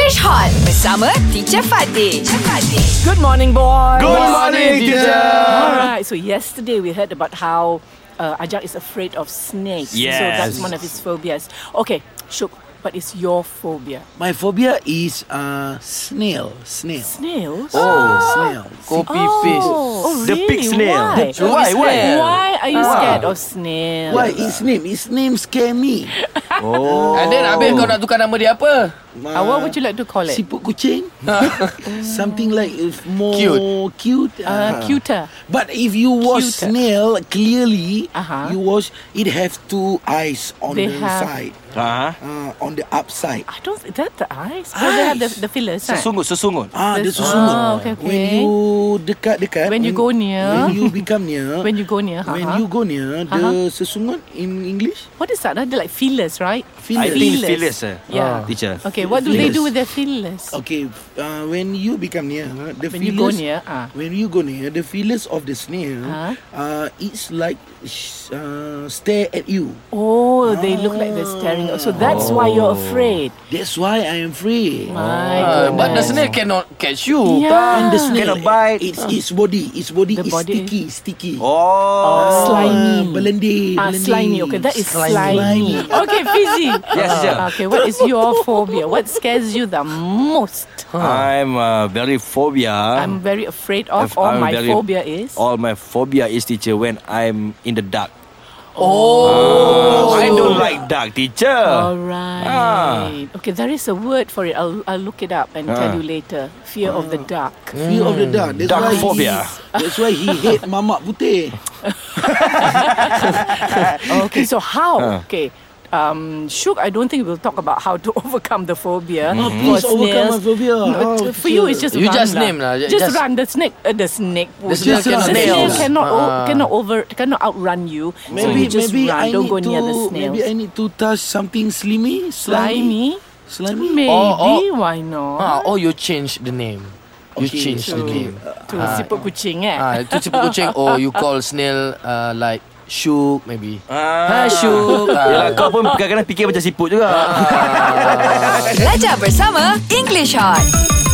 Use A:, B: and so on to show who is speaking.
A: Fresh Hot bersama Teacher Fatih. Teacher Fatih.
B: Good morning, boys.
C: Good morning, teacher.
B: Alright, so yesterday we heard about how uh, Ajak is afraid of snakes. So that's
C: Yes.
B: one of his phobias. Okay, Shuk, what is your phobia?
D: My phobia is uh, snail. Snail.
B: Snails?
D: Oh, snail.
C: Kopi fish.
B: Oh,
C: The
B: really?
C: pig snail.
B: Why?
C: The why? Why?
B: Why are you scared of snails?
D: Ah. Why his name? His name scare me.
C: Oh.
E: And then habis kau nak tukar nama dia apa?
D: Uh,
E: what would you like to call
D: Siput kucing. Something like if more
E: Cute.
D: cute.
B: Uh,
D: Ah.
B: cuter.
D: But if you wash
B: Cuter.
D: snail clearly,
B: Uh-huh.
D: you wash it have two eyes on
B: They
D: the
B: have-
D: side,
C: Ah,
D: uh, on the upside.
B: I don't think that the eyes. Oh, they have the, the fillers. right?
C: sesungut, sesungut.
D: Ah, the
B: This-
D: susungut.
B: Ah, okay, okay.
D: When you dekat-dekat,
B: When you go near.
D: when you become near,
B: When you go near,
D: when
B: uh-huh.
D: you go near, the sesungut in English,
B: What is that? ah? They're like fillers, right?
D: Fillers.
C: I think it's fillers, eh?
B: Yeah.
C: Ah. Teacher.
B: Okay, what do they do
D: Fillers.
B: with their fillers?
D: Okay, f- uh, when you become near, huh, the
B: When you go near,
D: feelers,
B: ah.
D: when you go near, the feelers of the snail,
B: Ah.
D: uh, it's like sh- uh, stare at you.
B: Oh, they look like they're staring. So that's why
C: Oh.
B: you're afraid.
D: That's why I am free.
B: My
E: Uh, but the
B: goodness.
E: snail cannot catch you.
B: Yeah.
D: And the snail,
C: Cannot bite.
D: It's its body, its body
B: The
D: is
B: body is-
D: sticky, sticky.
C: Oh.
D: Ah,
B: slimy.
D: Belendih,
B: Ah,
D: belendih.
B: slimy. Okay, that is slimy.
D: Slimy.
B: Okay, Fizzy. Ah,
C: Yes, teacher.
B: Okay, what is your phobia? What scares you the most?
C: I'm uh, very phobia.
B: Oh. Uh-huh. I'm very afraid of,
C: If
B: or
C: I'm
B: my
C: very- Oh.
B: phobia is.
C: All my phobia is teacher when I'm in the dark. Ah,
E: Oh,
C: I don't like dark, teacher.
B: All right. Ah. Okay, there is a word for it. I'll, I'll look it up and tell
C: Ah.
B: you later. Fear of the
D: Oh.
B: dark.
D: Fear of the dark. That's
C: Hmm. Dark
D: why he-
C: phobia.
D: That's why he hate mamak putih.
B: Okay, so
C: Ah.
B: how? Okay. Um, Shuk, I don't think we'll talk about how to overcome the phobia.
C: Mm-hmm.
B: No,
D: please overcome my phobia.
B: No,
D: Oh,
B: for you, it's
D: sure.
B: just
E: You
B: run
E: just
B: lah.
E: name lah. Ju-
B: Just,
E: just-
B: run the snake. Uh, the snake.
E: The
B: would-
E: snail
B: the
D: cannot
B: snail
D: nails.
B: cannot, o-
E: Ah.
B: cannot over cannot outrun you. so you
D: Maybe
B: just
D: maybe
B: run.
D: I
B: don't
D: need
B: go
D: to
B: near the snail.
D: maybe I need to touch something slimy, slimy,
B: Slimy.
D: slimy. Oh,
B: Maybe
E: Or-
B: why not?
E: Ah, or you change the name.
D: Okay,
E: You
D: Ah.
E: change the
B: to
E: name.
B: to siput kucing eh.
E: Ah, itu tipu kucing. Or you call snail uh, like Syuk maybe.
C: Ah.
E: Hi Syuk.
C: Yalah,
E: Ah.
C: kau pun
B: Ah.
C: kadang-kadang fikir macam siput juga.
A: Belajar bersama English Hot.